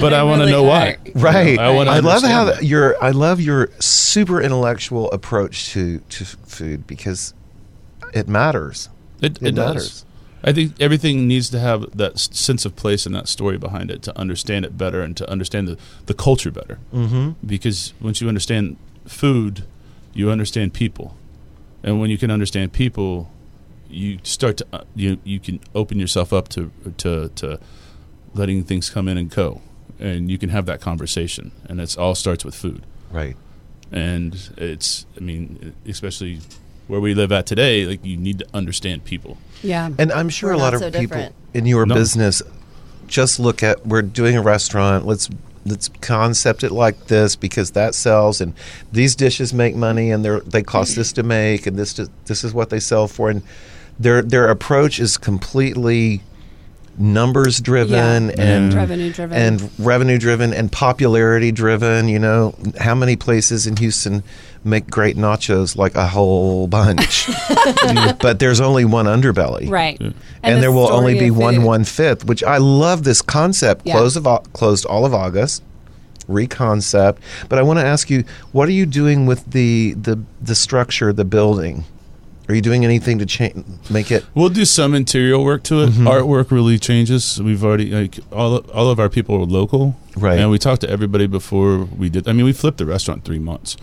[SPEAKER 3] But I want to
[SPEAKER 1] really
[SPEAKER 3] know why.
[SPEAKER 1] are.
[SPEAKER 3] You know,
[SPEAKER 2] Right.
[SPEAKER 3] I want. to
[SPEAKER 2] I love how
[SPEAKER 3] understand
[SPEAKER 2] that. your I love your super intellectual approach to, to food because it matters.
[SPEAKER 3] It,
[SPEAKER 2] It
[SPEAKER 3] it
[SPEAKER 2] matters.
[SPEAKER 3] does. I think everything needs to have that s- sense of place and that story behind it to understand it better and to understand the, the culture better. Mm-hmm. Because once you understand food, you understand people, and when you can understand people, you start to uh, you you can open yourself up to to to letting things come in and go, and you can have that conversation, and it's all starts with food
[SPEAKER 2] Right.
[SPEAKER 3] and it's i mean especially where we live at today like you need to understand people
[SPEAKER 1] Yeah.
[SPEAKER 2] And I'm sure
[SPEAKER 4] We're
[SPEAKER 2] a lot
[SPEAKER 4] not
[SPEAKER 2] of
[SPEAKER 4] so
[SPEAKER 2] people
[SPEAKER 4] different.
[SPEAKER 2] in your
[SPEAKER 3] No.
[SPEAKER 2] business just look at we're doing a restaurant. Let's let's concept it like this because that sells, and these dishes make money, and they're they cost this to make, and this to, this is what they sell for, and their their approach is completely numbers driven
[SPEAKER 1] Yeah.
[SPEAKER 2] and
[SPEAKER 3] Mm.
[SPEAKER 1] Revenue driven.
[SPEAKER 2] and revenue driven and popularity driven you know how many places in houston make great nachos like a whole bunch but there's only one underbelly
[SPEAKER 1] right.
[SPEAKER 2] and,
[SPEAKER 1] the
[SPEAKER 2] there will
[SPEAKER 1] story
[SPEAKER 2] only
[SPEAKER 1] of
[SPEAKER 2] be one
[SPEAKER 1] food.
[SPEAKER 2] one fifth, which I love this concept.
[SPEAKER 1] Yeah.
[SPEAKER 2] Closed of au- closed all of August, reconcept. But I want to ask you, what are you doing with the the the structure, the building? Are you doing anything to change, make it?
[SPEAKER 3] we'll do some interior work to it
[SPEAKER 2] Mm-hmm.
[SPEAKER 3] artwork really changes we've already like all, all of our people are local
[SPEAKER 2] Right.
[SPEAKER 3] and we talked to everybody before we did i mean we flipped the restaurant in three months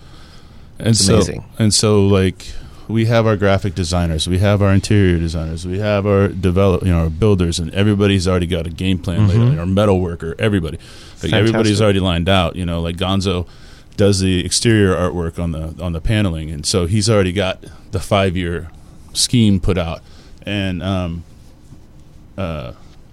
[SPEAKER 3] and so
[SPEAKER 2] amazing.
[SPEAKER 3] and so like we have our graphic designers we have our interior designers we have our develop you know our builders and everybody's already got a game plan laid out
[SPEAKER 2] Mm-hmm.
[SPEAKER 3] our metal worker everybody like everybody's
[SPEAKER 2] Fantastic.
[SPEAKER 3] already lined out you know like gonzo does the exterior artwork on the on the paneling and so he's already got the five year scheme put out and um,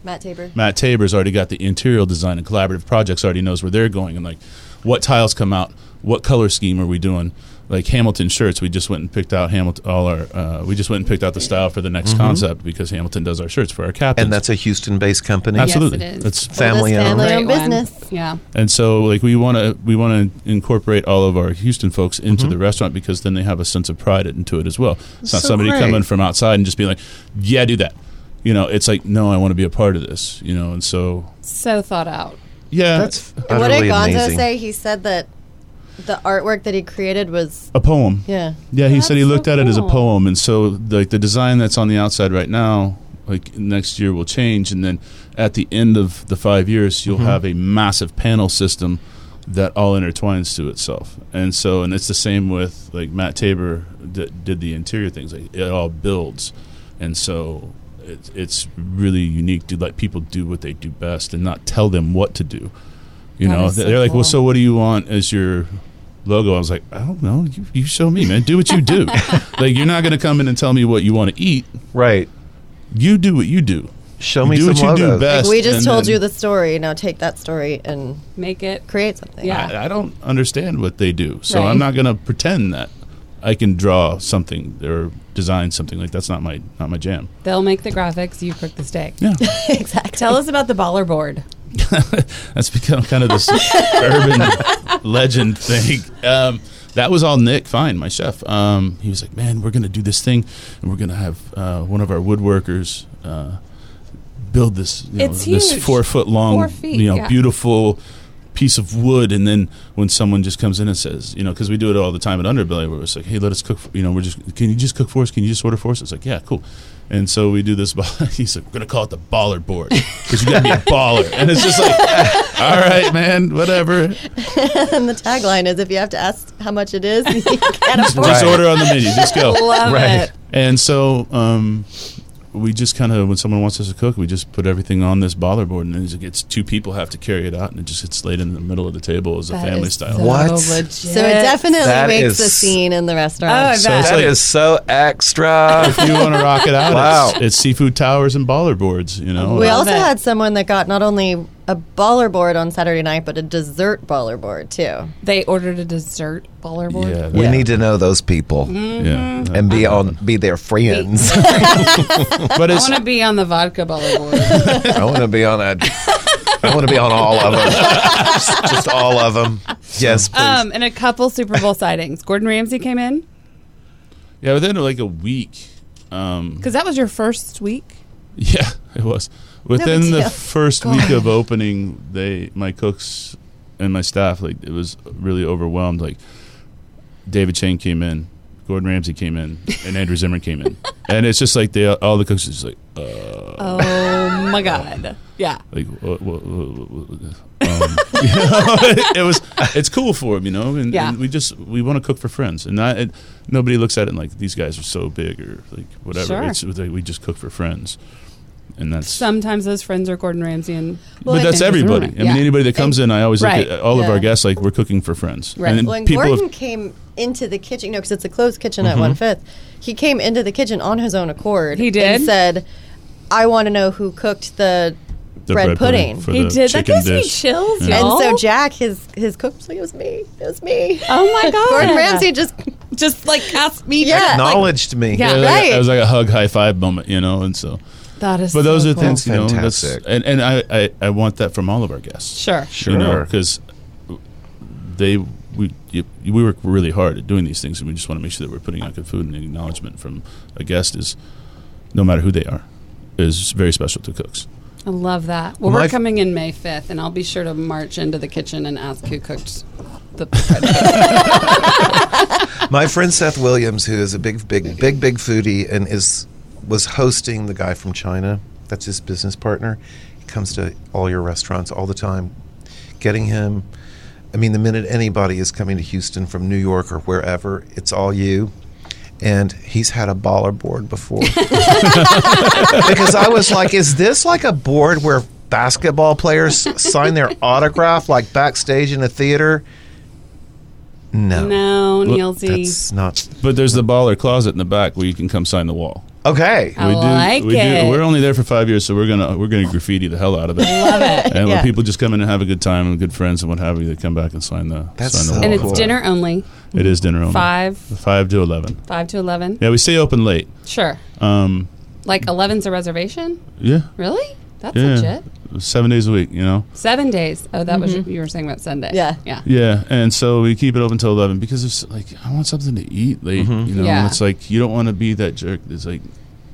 [SPEAKER 4] Matt Tabor.
[SPEAKER 3] Matt Tabor's already got the interior design and collaborative projects already knows where they're going and like what tiles come out, what color scheme are we doing, like Hamilton shirts. We just went and picked out Hamilton. All our uh, we just went and picked out the style for the next concept because Hamilton does our shirts for our captains.
[SPEAKER 2] Mm-hmm. and that's a Houston-based company.
[SPEAKER 1] Yes,
[SPEAKER 3] absolutely
[SPEAKER 1] it is.
[SPEAKER 3] that's
[SPEAKER 2] Family
[SPEAKER 4] Oldest
[SPEAKER 2] owned.
[SPEAKER 4] family.
[SPEAKER 1] Great
[SPEAKER 4] own
[SPEAKER 1] one.
[SPEAKER 4] business.
[SPEAKER 1] Yeah.
[SPEAKER 3] And so, like, we want to we want to incorporate all of our Houston folks into the restaurant because then they have a sense of pride into it as well. It's not
[SPEAKER 2] Mm-hmm. So
[SPEAKER 3] somebody
[SPEAKER 2] great.
[SPEAKER 3] coming from outside and just being like, "Yeah, do that." You know, it's like, "No, I want to be a part of this." You know, and so
[SPEAKER 1] So thought out.
[SPEAKER 3] yeah,
[SPEAKER 2] That's utterly
[SPEAKER 4] What did Gonzo
[SPEAKER 2] amazing.
[SPEAKER 4] say? He said that the artwork that he created was
[SPEAKER 3] a poem.
[SPEAKER 4] yeah.
[SPEAKER 3] Yeah, he said he
[SPEAKER 1] That's so
[SPEAKER 3] looked at it as a
[SPEAKER 1] cool.
[SPEAKER 3] poem, and so like the design that's on the outside right now, like next year will change, and then at the end of the five years, you'll have a massive panel system that all intertwines to itself, and so and it's the same with like Matt Tabor that did the interior things, like it all builds, and so. It's, it's really unique to let people do what they do best and not tell them what to do. You
[SPEAKER 1] That
[SPEAKER 3] know,
[SPEAKER 1] is so
[SPEAKER 3] they're like,
[SPEAKER 1] cool.
[SPEAKER 3] well, so what do you want as your logo? I was like, I don't know. You, you show me, man. Do what you do. like, you're not going to come in and tell me what you want to eat.
[SPEAKER 2] Right.
[SPEAKER 3] You do what you do.
[SPEAKER 2] Show me
[SPEAKER 3] do
[SPEAKER 2] some
[SPEAKER 3] what you do
[SPEAKER 2] logos.
[SPEAKER 3] best.
[SPEAKER 4] We just
[SPEAKER 3] and
[SPEAKER 4] told
[SPEAKER 3] then-
[SPEAKER 4] you the story. Now take that story and
[SPEAKER 1] Make it.
[SPEAKER 4] create something.
[SPEAKER 1] Yeah.
[SPEAKER 3] I, I don't understand what they do, so
[SPEAKER 1] Right.
[SPEAKER 3] I'm not going to pretend that I can draw something or design something. Like that's not my not my jam.
[SPEAKER 1] They'll make the graphics. You cook the steak.
[SPEAKER 3] Yeah,
[SPEAKER 4] exactly.
[SPEAKER 1] Tell us about the baller board.
[SPEAKER 3] that's become kind of this urban legend thing. Um, that was all Nick Fine, my chef. Um, he was like, "Man, we're gonna do this thing, and we're gonna have uh, one of our woodworkers uh, build this, you know,
[SPEAKER 1] It's
[SPEAKER 3] this
[SPEAKER 1] huge.
[SPEAKER 3] four foot long,
[SPEAKER 1] Four feet,
[SPEAKER 3] you know,
[SPEAKER 1] yeah.
[SPEAKER 3] beautiful piece of wood." And then when someone just comes in and says, "You know," because we do it all the time at Underbelly, where it's like, "Hey, let us cook. For, you know, we're just can you just cook for us? Can you just order for us?" It's like, "Yeah, cool." And so we do this. ball- He's like, "We're gonna call it the baller board because you gotta be a baller." And it's just like, "All right, man, whatever."
[SPEAKER 4] and the tagline is if you have to ask how much it is, you can't afford
[SPEAKER 3] Just
[SPEAKER 2] Right.
[SPEAKER 3] order on the menu. Just go.
[SPEAKER 1] Love
[SPEAKER 2] Right.
[SPEAKER 1] it.
[SPEAKER 3] And so um, we just kind of, when someone wants us to cook, we just put everything on this baller board, and then it gets two people have to carry it out, and it just gets laid in the middle of the table as a
[SPEAKER 1] That
[SPEAKER 3] family
[SPEAKER 1] is
[SPEAKER 3] style.
[SPEAKER 1] So
[SPEAKER 2] What?
[SPEAKER 1] legit.
[SPEAKER 4] So it definitely
[SPEAKER 2] That
[SPEAKER 4] makes the
[SPEAKER 2] is-
[SPEAKER 4] scene in the
[SPEAKER 1] Oh, I
[SPEAKER 4] restaurant.
[SPEAKER 1] bet.
[SPEAKER 3] So it's
[SPEAKER 2] That is
[SPEAKER 3] like-
[SPEAKER 2] so extra.
[SPEAKER 3] if you want to rock it out,
[SPEAKER 2] Wow.
[SPEAKER 3] it's, it's seafood towers and baller boards. You know,
[SPEAKER 4] we
[SPEAKER 1] Oh, Love
[SPEAKER 4] also
[SPEAKER 1] it.
[SPEAKER 4] had someone that got not only a baller board on Saturday night, but a dessert baller board too.
[SPEAKER 1] They ordered a dessert baller Mm-hmm. board.
[SPEAKER 3] yeah,
[SPEAKER 2] We
[SPEAKER 3] that-
[SPEAKER 2] need to know those people
[SPEAKER 3] yeah, that-
[SPEAKER 2] and be on be their friends.
[SPEAKER 3] but
[SPEAKER 1] I
[SPEAKER 3] it's
[SPEAKER 1] want to be on the vodka baller board.
[SPEAKER 2] I want to be on a. I want to be on all of them. just, just all of them. Yes, please.
[SPEAKER 1] um, and a couple Super Bowl sightings. Gordon Ramsay came in
[SPEAKER 3] yeah. Within like a week, um,
[SPEAKER 1] because that was your first week.
[SPEAKER 3] yeah, it was
[SPEAKER 4] big
[SPEAKER 3] within the
[SPEAKER 4] deal.
[SPEAKER 3] first week of opening. They, my cooks and my staff, like it was really overwhelmed. Like David Chang came in, Gordon Ramsay came in, and Andrew Zimmern came in, and it's just like they all the cooks are just like, uh,
[SPEAKER 1] Oh my god. Yeah.
[SPEAKER 3] like what, what, what, what- what- um, you know, it was it's cool for him, you know, and,
[SPEAKER 1] Yeah.
[SPEAKER 3] and we just we want to cook for friends, and not it, nobody looks at it and like these guys are so big or like whatever.
[SPEAKER 1] Sure.
[SPEAKER 3] It's like, we just cook for friends, and that's
[SPEAKER 1] Sometimes those friends are Gordon Ramsay and
[SPEAKER 4] Well,
[SPEAKER 3] but
[SPEAKER 4] and-
[SPEAKER 3] that's
[SPEAKER 1] and just
[SPEAKER 3] everybody.
[SPEAKER 1] remember-
[SPEAKER 3] I mean,
[SPEAKER 1] yeah.
[SPEAKER 3] anybody that comes in, I always
[SPEAKER 1] Right.
[SPEAKER 3] look at all of our
[SPEAKER 4] Yeah.
[SPEAKER 3] guests like we're cooking for friends.
[SPEAKER 1] Right.
[SPEAKER 3] And then
[SPEAKER 4] When
[SPEAKER 3] people
[SPEAKER 4] Gordon
[SPEAKER 3] have,
[SPEAKER 4] came into the kitchen, you know, because it's a closed kitchen at One Fifth, he came into the kitchen on his own accord.
[SPEAKER 1] He did?
[SPEAKER 4] And said, "I want to know who cooked the,
[SPEAKER 3] The
[SPEAKER 4] bread, pudding."
[SPEAKER 3] for
[SPEAKER 1] he
[SPEAKER 3] the
[SPEAKER 1] did. That
[SPEAKER 3] chicken
[SPEAKER 1] gives me
[SPEAKER 3] dish.
[SPEAKER 1] chills,
[SPEAKER 3] Yeah.
[SPEAKER 4] and
[SPEAKER 1] y'all.
[SPEAKER 4] so Jack, his his cook, was like, "It was me. It was me."
[SPEAKER 1] oh my god,
[SPEAKER 4] Gordon Ramsay just
[SPEAKER 1] just like asked me.
[SPEAKER 2] Uh,
[SPEAKER 4] Yeah. like-
[SPEAKER 2] acknowledged me.
[SPEAKER 1] Yeah.
[SPEAKER 3] It was like a-
[SPEAKER 4] Right.
[SPEAKER 3] It was like a hug, high five moment, you know, and so.
[SPEAKER 1] That is.
[SPEAKER 3] But those
[SPEAKER 1] so
[SPEAKER 3] are
[SPEAKER 1] cool.
[SPEAKER 3] things, you know, that's,
[SPEAKER 2] Fantastic.
[SPEAKER 3] and and I, I I want that from all of our guests.
[SPEAKER 1] Sure.
[SPEAKER 2] Sure.
[SPEAKER 3] you know, because they we you, we work really hard at doing these things, and we just want to make sure that we're putting out good food. And the acknowledgement from a guest is, no matter who they are, is very special to cooks.
[SPEAKER 1] I love that. Well,
[SPEAKER 2] My
[SPEAKER 1] we're
[SPEAKER 2] f-
[SPEAKER 1] coming in May fifth, and I'll be sure to march into the kitchen and ask who cooked the bread.
[SPEAKER 2] My friend Seth Williams, who is a big, big, big, big foodie, and is was hosting the guy from China. That's his business partner. He comes to all your restaurants all the time. Getting him, I mean, the minute anybody is coming to Houston from New York or wherever, it's all you. And he's had a baller board before. because I was like, is this like a board where basketball players sign their autograph like backstage in a theater? No.
[SPEAKER 1] no,
[SPEAKER 3] Look,
[SPEAKER 1] Nielsy.
[SPEAKER 2] That's not
[SPEAKER 3] But there's the baller closet in the back where you can come sign the wall.
[SPEAKER 2] Okay.
[SPEAKER 1] I like
[SPEAKER 3] we
[SPEAKER 1] it.
[SPEAKER 3] We're only there for five years, so we're gonna we're gonna graffiti the hell out of it.
[SPEAKER 4] Love it.
[SPEAKER 3] And
[SPEAKER 4] yeah.
[SPEAKER 3] when people just come in and have a good time and good friends and what have you, they come back and sign the
[SPEAKER 2] That's
[SPEAKER 3] sign the
[SPEAKER 2] so
[SPEAKER 3] wall.
[SPEAKER 1] and
[SPEAKER 2] Cool.
[SPEAKER 1] it's dinner only,
[SPEAKER 3] It is dinner only.
[SPEAKER 1] five
[SPEAKER 3] Five to eleven.
[SPEAKER 1] five to eleven.
[SPEAKER 3] Yeah, we stay open late.
[SPEAKER 1] Sure,
[SPEAKER 3] Um,
[SPEAKER 1] like 11's a reservation.
[SPEAKER 3] yeah,
[SPEAKER 1] Really? That's
[SPEAKER 3] Yeah.
[SPEAKER 1] legit.
[SPEAKER 3] seven days a week. You know.
[SPEAKER 1] Seven days. Oh, that was you were saying about Sunday.
[SPEAKER 4] Mm-hmm. Yeah.
[SPEAKER 1] yeah.
[SPEAKER 3] Yeah, and so we keep it open till eleven because it's like I want something to eat late. You know,
[SPEAKER 1] Yeah.
[SPEAKER 3] and it's like you don't want to be that jerk. It's like,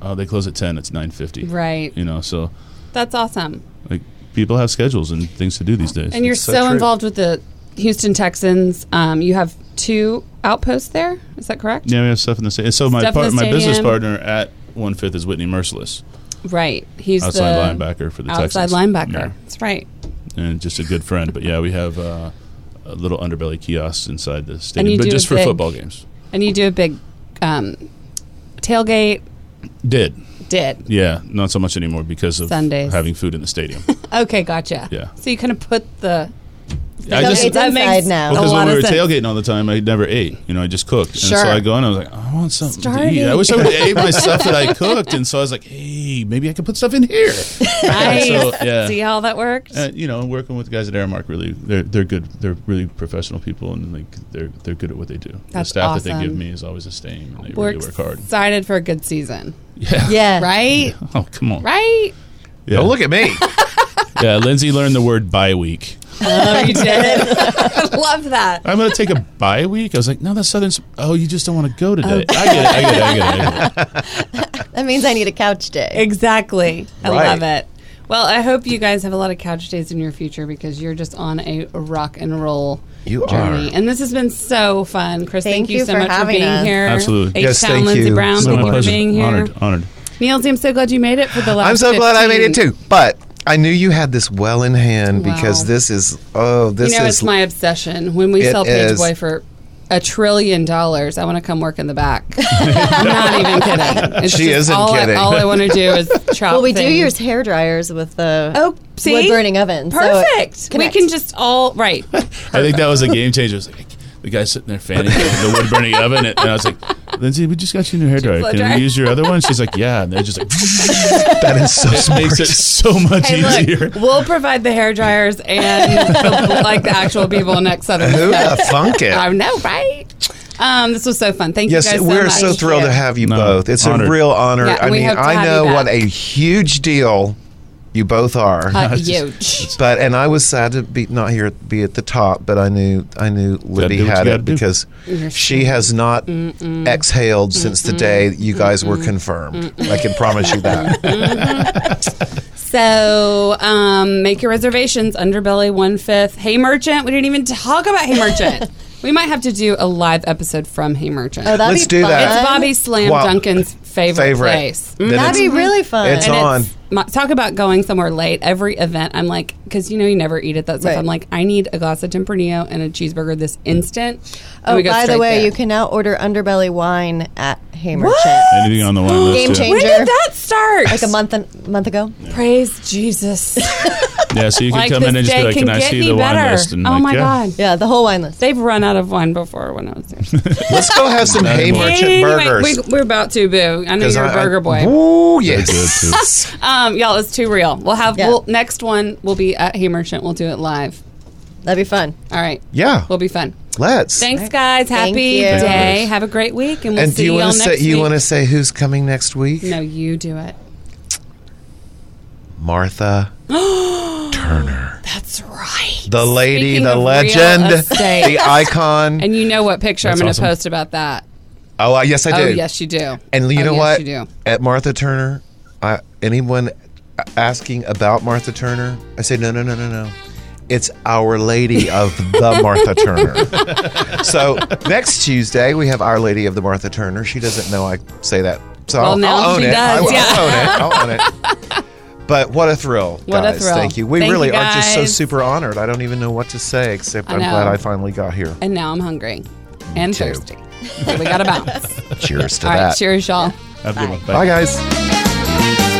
[SPEAKER 3] oh, they close at ten. It's nine fifty.
[SPEAKER 1] Right.
[SPEAKER 3] You know, so
[SPEAKER 1] That's awesome.
[SPEAKER 3] like people have schedules and things to do these days.
[SPEAKER 1] And you're
[SPEAKER 2] so
[SPEAKER 1] so,
[SPEAKER 2] true.
[SPEAKER 1] involved with the Houston Texans. Um, you have two outposts there. Is that correct?
[SPEAKER 3] yeah, we have stuff in the state. And so my
[SPEAKER 1] Stuff in
[SPEAKER 3] part,
[SPEAKER 1] the
[SPEAKER 3] my business
[SPEAKER 1] stadium.
[SPEAKER 3] partner at One Fifth is Whitney Merciless,
[SPEAKER 1] Right. He's
[SPEAKER 3] outside
[SPEAKER 1] the
[SPEAKER 3] linebacker for the
[SPEAKER 1] outside
[SPEAKER 3] Texans.
[SPEAKER 1] linebacker.
[SPEAKER 3] Yeah.
[SPEAKER 1] That's right.
[SPEAKER 3] and just a good friend. But yeah, we have uh, a little underbelly kiosks inside the
[SPEAKER 1] you
[SPEAKER 3] stadium, but
[SPEAKER 1] do
[SPEAKER 3] just
[SPEAKER 1] a
[SPEAKER 3] for
[SPEAKER 1] big-
[SPEAKER 3] football games.
[SPEAKER 1] And you do a big um, tailgate.
[SPEAKER 3] Did
[SPEAKER 1] Did
[SPEAKER 3] yeah, not so much anymore because of
[SPEAKER 1] Sundays.
[SPEAKER 3] having food in the stadium.
[SPEAKER 1] okay, gotcha.
[SPEAKER 3] Yeah.
[SPEAKER 1] So you kind of put the
[SPEAKER 3] I
[SPEAKER 4] No,
[SPEAKER 3] just
[SPEAKER 4] it's
[SPEAKER 1] that makes
[SPEAKER 4] inside now.
[SPEAKER 1] a
[SPEAKER 3] because when
[SPEAKER 1] lot
[SPEAKER 3] we
[SPEAKER 1] of
[SPEAKER 3] were
[SPEAKER 1] sense.
[SPEAKER 3] tailgating all the time, I never ate. You know, I just cooked.
[SPEAKER 1] Sure.
[SPEAKER 3] And so I go and I was like, I want something to eat. I
[SPEAKER 1] Starving.
[SPEAKER 3] wish I would have ate my stuff that I cooked. And so I was like, hey, maybe I could put stuff in here.
[SPEAKER 1] nice.
[SPEAKER 3] So, yeah.
[SPEAKER 1] See how that worked?
[SPEAKER 3] Uh, you know, working with the guys at Aramark really, they're they're good. They're really professional people, and like they're they're good at what they do. the
[SPEAKER 1] That's
[SPEAKER 3] staff that they
[SPEAKER 1] awesome.
[SPEAKER 3] give me is always a steam, and they
[SPEAKER 1] We're
[SPEAKER 3] really work hard.
[SPEAKER 1] excited for a good season,
[SPEAKER 3] Yeah.
[SPEAKER 4] yeah.
[SPEAKER 1] right?
[SPEAKER 3] Oh come on.
[SPEAKER 1] Right?
[SPEAKER 3] Yeah.
[SPEAKER 2] Oh, look at me.
[SPEAKER 3] yeah. Lindsay learned the word bye week.
[SPEAKER 1] Oh, you did. I love that.
[SPEAKER 3] I'm gonna take a bye week. I was like, no, that's Southern. Sp- oh, you just don't want to go
[SPEAKER 1] Oh.
[SPEAKER 3] today. I get it. I get it. I get it. I get it.
[SPEAKER 4] That means I need a couch day.
[SPEAKER 1] Exactly. I
[SPEAKER 2] Right.
[SPEAKER 1] love it. Well, I hope you guys have a lot of couch days in your future because you're just on a rock and roll
[SPEAKER 2] You
[SPEAKER 1] journey.
[SPEAKER 2] are.
[SPEAKER 1] And this has been so fun, Chris.
[SPEAKER 4] Thank
[SPEAKER 1] Thank,
[SPEAKER 4] you
[SPEAKER 1] so
[SPEAKER 4] for
[SPEAKER 1] much for
[SPEAKER 4] having
[SPEAKER 1] being
[SPEAKER 4] us.
[SPEAKER 1] here.
[SPEAKER 3] Absolutely.
[SPEAKER 1] H
[SPEAKER 2] Yes,
[SPEAKER 1] Town,
[SPEAKER 2] thank
[SPEAKER 1] Lindsey
[SPEAKER 2] you
[SPEAKER 1] Brown,
[SPEAKER 2] so
[SPEAKER 1] thank
[SPEAKER 3] My
[SPEAKER 1] you for
[SPEAKER 2] much.
[SPEAKER 3] pleasure.
[SPEAKER 1] being here.
[SPEAKER 3] Honored. Honored.
[SPEAKER 1] Neil Z, I'm so glad you made it for the last.
[SPEAKER 2] I'm so glad I made it
[SPEAKER 1] 15.
[SPEAKER 2] too. But I knew you had this well in hand because
[SPEAKER 1] Wow.
[SPEAKER 2] this is oh this
[SPEAKER 1] You know,
[SPEAKER 2] is
[SPEAKER 1] it's my obsession. When we
[SPEAKER 2] It
[SPEAKER 1] sell Page
[SPEAKER 2] is.
[SPEAKER 1] Boy for a trillion dollars, I want to come work in the back. I'm not even kidding. It's
[SPEAKER 2] She
[SPEAKER 1] just
[SPEAKER 2] isn't
[SPEAKER 1] all
[SPEAKER 2] kidding.
[SPEAKER 1] I, all I want to do is chop.
[SPEAKER 4] Well, we do
[SPEAKER 1] things.
[SPEAKER 4] use hair dryers with the
[SPEAKER 1] Oh, see?
[SPEAKER 4] wood burning oven. so it
[SPEAKER 1] Perfect. we
[SPEAKER 4] connects.
[SPEAKER 1] can just all right.
[SPEAKER 3] I think that was a game changer. It was like, the guy sitting there fanning the wood burning oven, and I was like, Lindsay, we just got you a new hair dryer.
[SPEAKER 1] blow
[SPEAKER 3] Can
[SPEAKER 1] dry?
[SPEAKER 3] we use your other one? She's like, yeah. And they're just like,
[SPEAKER 2] that is so smart.
[SPEAKER 3] makes it so much
[SPEAKER 1] Hey,
[SPEAKER 3] easier.
[SPEAKER 1] look, we'll provide the hair dryers and the, like the actual people next Southern.
[SPEAKER 2] Who the funk it?
[SPEAKER 1] I know, right? Um, this was so fun. Thank
[SPEAKER 2] Yes,
[SPEAKER 1] you guys
[SPEAKER 2] we're
[SPEAKER 1] so
[SPEAKER 2] so,
[SPEAKER 1] much.
[SPEAKER 2] thrilled to have you
[SPEAKER 3] No,
[SPEAKER 2] both. It's
[SPEAKER 3] honored.
[SPEAKER 2] a real honor.
[SPEAKER 1] Yeah,
[SPEAKER 2] I
[SPEAKER 1] we
[SPEAKER 2] mean,
[SPEAKER 1] hope to
[SPEAKER 2] I
[SPEAKER 1] have you
[SPEAKER 2] know
[SPEAKER 1] back.
[SPEAKER 2] what a huge deal you both are.
[SPEAKER 1] Uh,
[SPEAKER 3] It's just-
[SPEAKER 1] huge.
[SPEAKER 2] But and I was sad to be not here, be at the top. But I knew I knew Libby
[SPEAKER 3] do what
[SPEAKER 2] had
[SPEAKER 3] you gotta
[SPEAKER 2] it
[SPEAKER 3] do.
[SPEAKER 2] because she has not exhaled since the day you guys were confirmed. I can promise you that.
[SPEAKER 1] So um, make your reservations. Underbelly one fifth. Hey Merchant. We didn't even talk about Hey Merchant. we might have to do a live episode from Hey Merchant.
[SPEAKER 4] Oh, that'd
[SPEAKER 2] Let's
[SPEAKER 4] be
[SPEAKER 2] do
[SPEAKER 4] fun.
[SPEAKER 2] that.
[SPEAKER 1] it's Bobby Slam
[SPEAKER 2] Wow.
[SPEAKER 1] Duncan's favorite,
[SPEAKER 2] Favorite.
[SPEAKER 1] place. Mm,
[SPEAKER 2] Then
[SPEAKER 4] That'd be
[SPEAKER 2] it's-
[SPEAKER 4] really fun.
[SPEAKER 2] it's
[SPEAKER 1] And
[SPEAKER 2] on.
[SPEAKER 1] it's my, talk about going somewhere late. Every event, I'm like, because you know you never eat at that stuff.
[SPEAKER 4] Right.
[SPEAKER 1] I'm like, I need a glass of tempranillo and a cheeseburger this instant. And
[SPEAKER 4] Oh,
[SPEAKER 1] we go
[SPEAKER 4] by the
[SPEAKER 1] straight
[SPEAKER 4] way,
[SPEAKER 1] there.
[SPEAKER 4] you can now order underbelly wine at Hay Merchant.
[SPEAKER 1] What?
[SPEAKER 3] Anything on the wine list?
[SPEAKER 4] Game
[SPEAKER 3] yeah.
[SPEAKER 4] changer.
[SPEAKER 1] When did that start?
[SPEAKER 4] Like a month and month ago.
[SPEAKER 1] Praise Jesus!
[SPEAKER 3] Yeah, so you can
[SPEAKER 1] like
[SPEAKER 3] come
[SPEAKER 1] this
[SPEAKER 3] in and just
[SPEAKER 1] day
[SPEAKER 3] be like,
[SPEAKER 1] can
[SPEAKER 3] can I
[SPEAKER 1] get
[SPEAKER 3] see
[SPEAKER 1] any
[SPEAKER 3] the
[SPEAKER 1] better.
[SPEAKER 3] wine list? And
[SPEAKER 1] oh
[SPEAKER 3] like,
[SPEAKER 1] my
[SPEAKER 3] yeah.
[SPEAKER 1] God!
[SPEAKER 4] Yeah, the whole wine list.
[SPEAKER 1] They've run out of wine before when I was there.
[SPEAKER 2] Let's go have some
[SPEAKER 3] Not
[SPEAKER 2] Hay
[SPEAKER 3] anymore.
[SPEAKER 2] Merchant burgers.
[SPEAKER 1] we, we're about to boo. I know
[SPEAKER 2] 'Cause
[SPEAKER 1] you're a
[SPEAKER 2] I- I-
[SPEAKER 1] burger boy.
[SPEAKER 2] Ooh,
[SPEAKER 3] Good,
[SPEAKER 2] yes.
[SPEAKER 3] too.
[SPEAKER 1] Um, y'all, it's too real. We'll have
[SPEAKER 4] Yeah.
[SPEAKER 1] we'll, next one. will be at Hey Merchant. We'll do it live.
[SPEAKER 4] That'd be fun.
[SPEAKER 1] All right.
[SPEAKER 2] Yeah.
[SPEAKER 1] We'll be fun.
[SPEAKER 2] Let's.
[SPEAKER 1] Thanks, guys.
[SPEAKER 4] Thank
[SPEAKER 1] Happy
[SPEAKER 4] you. Thank
[SPEAKER 3] you,
[SPEAKER 1] day.
[SPEAKER 3] guys.
[SPEAKER 1] Have a great week, and we'll
[SPEAKER 2] and
[SPEAKER 1] see
[SPEAKER 2] do you
[SPEAKER 1] all
[SPEAKER 2] want to say
[SPEAKER 1] next
[SPEAKER 2] you
[SPEAKER 1] week.
[SPEAKER 2] want to say who's coming next week?
[SPEAKER 1] No, you do it.
[SPEAKER 2] Martha Turner,
[SPEAKER 1] That's right.
[SPEAKER 2] the lady,
[SPEAKER 1] Speaking
[SPEAKER 2] the
[SPEAKER 1] of real
[SPEAKER 2] legend,
[SPEAKER 1] estate.
[SPEAKER 2] the icon.
[SPEAKER 1] And you know what picture I'm
[SPEAKER 3] That's
[SPEAKER 1] going to
[SPEAKER 3] awesome.
[SPEAKER 1] post about that?
[SPEAKER 2] oh, uh, yes, I do.
[SPEAKER 1] Oh, yes, you do.
[SPEAKER 2] And you
[SPEAKER 1] Oh,
[SPEAKER 2] know
[SPEAKER 1] yes,
[SPEAKER 2] what?
[SPEAKER 1] You do.
[SPEAKER 2] At Martha Turner, I, anyone asking about Martha Turner, I say no, no, no, no, no. It's Our Lady of the Martha Turner. so next Tuesday we have Our Lady of the Martha Turner. She doesn't know I say that, so
[SPEAKER 1] Well,
[SPEAKER 2] I'll,
[SPEAKER 1] now
[SPEAKER 2] I'll own
[SPEAKER 1] she
[SPEAKER 2] it.
[SPEAKER 1] does,
[SPEAKER 2] I, will
[SPEAKER 1] yeah.
[SPEAKER 2] own it. I'll own it. But what a thrill,
[SPEAKER 1] What a
[SPEAKER 2] guys!
[SPEAKER 1] thrill.
[SPEAKER 2] Thank you. We
[SPEAKER 1] Thank you,
[SPEAKER 2] really are just so
[SPEAKER 1] guys.
[SPEAKER 2] super honored. I don't even know what to say except
[SPEAKER 1] I
[SPEAKER 2] I'm
[SPEAKER 1] know.
[SPEAKER 2] glad I finally got here.
[SPEAKER 1] And now I'm hungry and
[SPEAKER 2] too.
[SPEAKER 1] thirsty. So we got to bounce.
[SPEAKER 2] Cheers to
[SPEAKER 1] all
[SPEAKER 2] that.
[SPEAKER 1] right. Cheers, y'all.
[SPEAKER 3] Have a good one.
[SPEAKER 2] Bye, guys.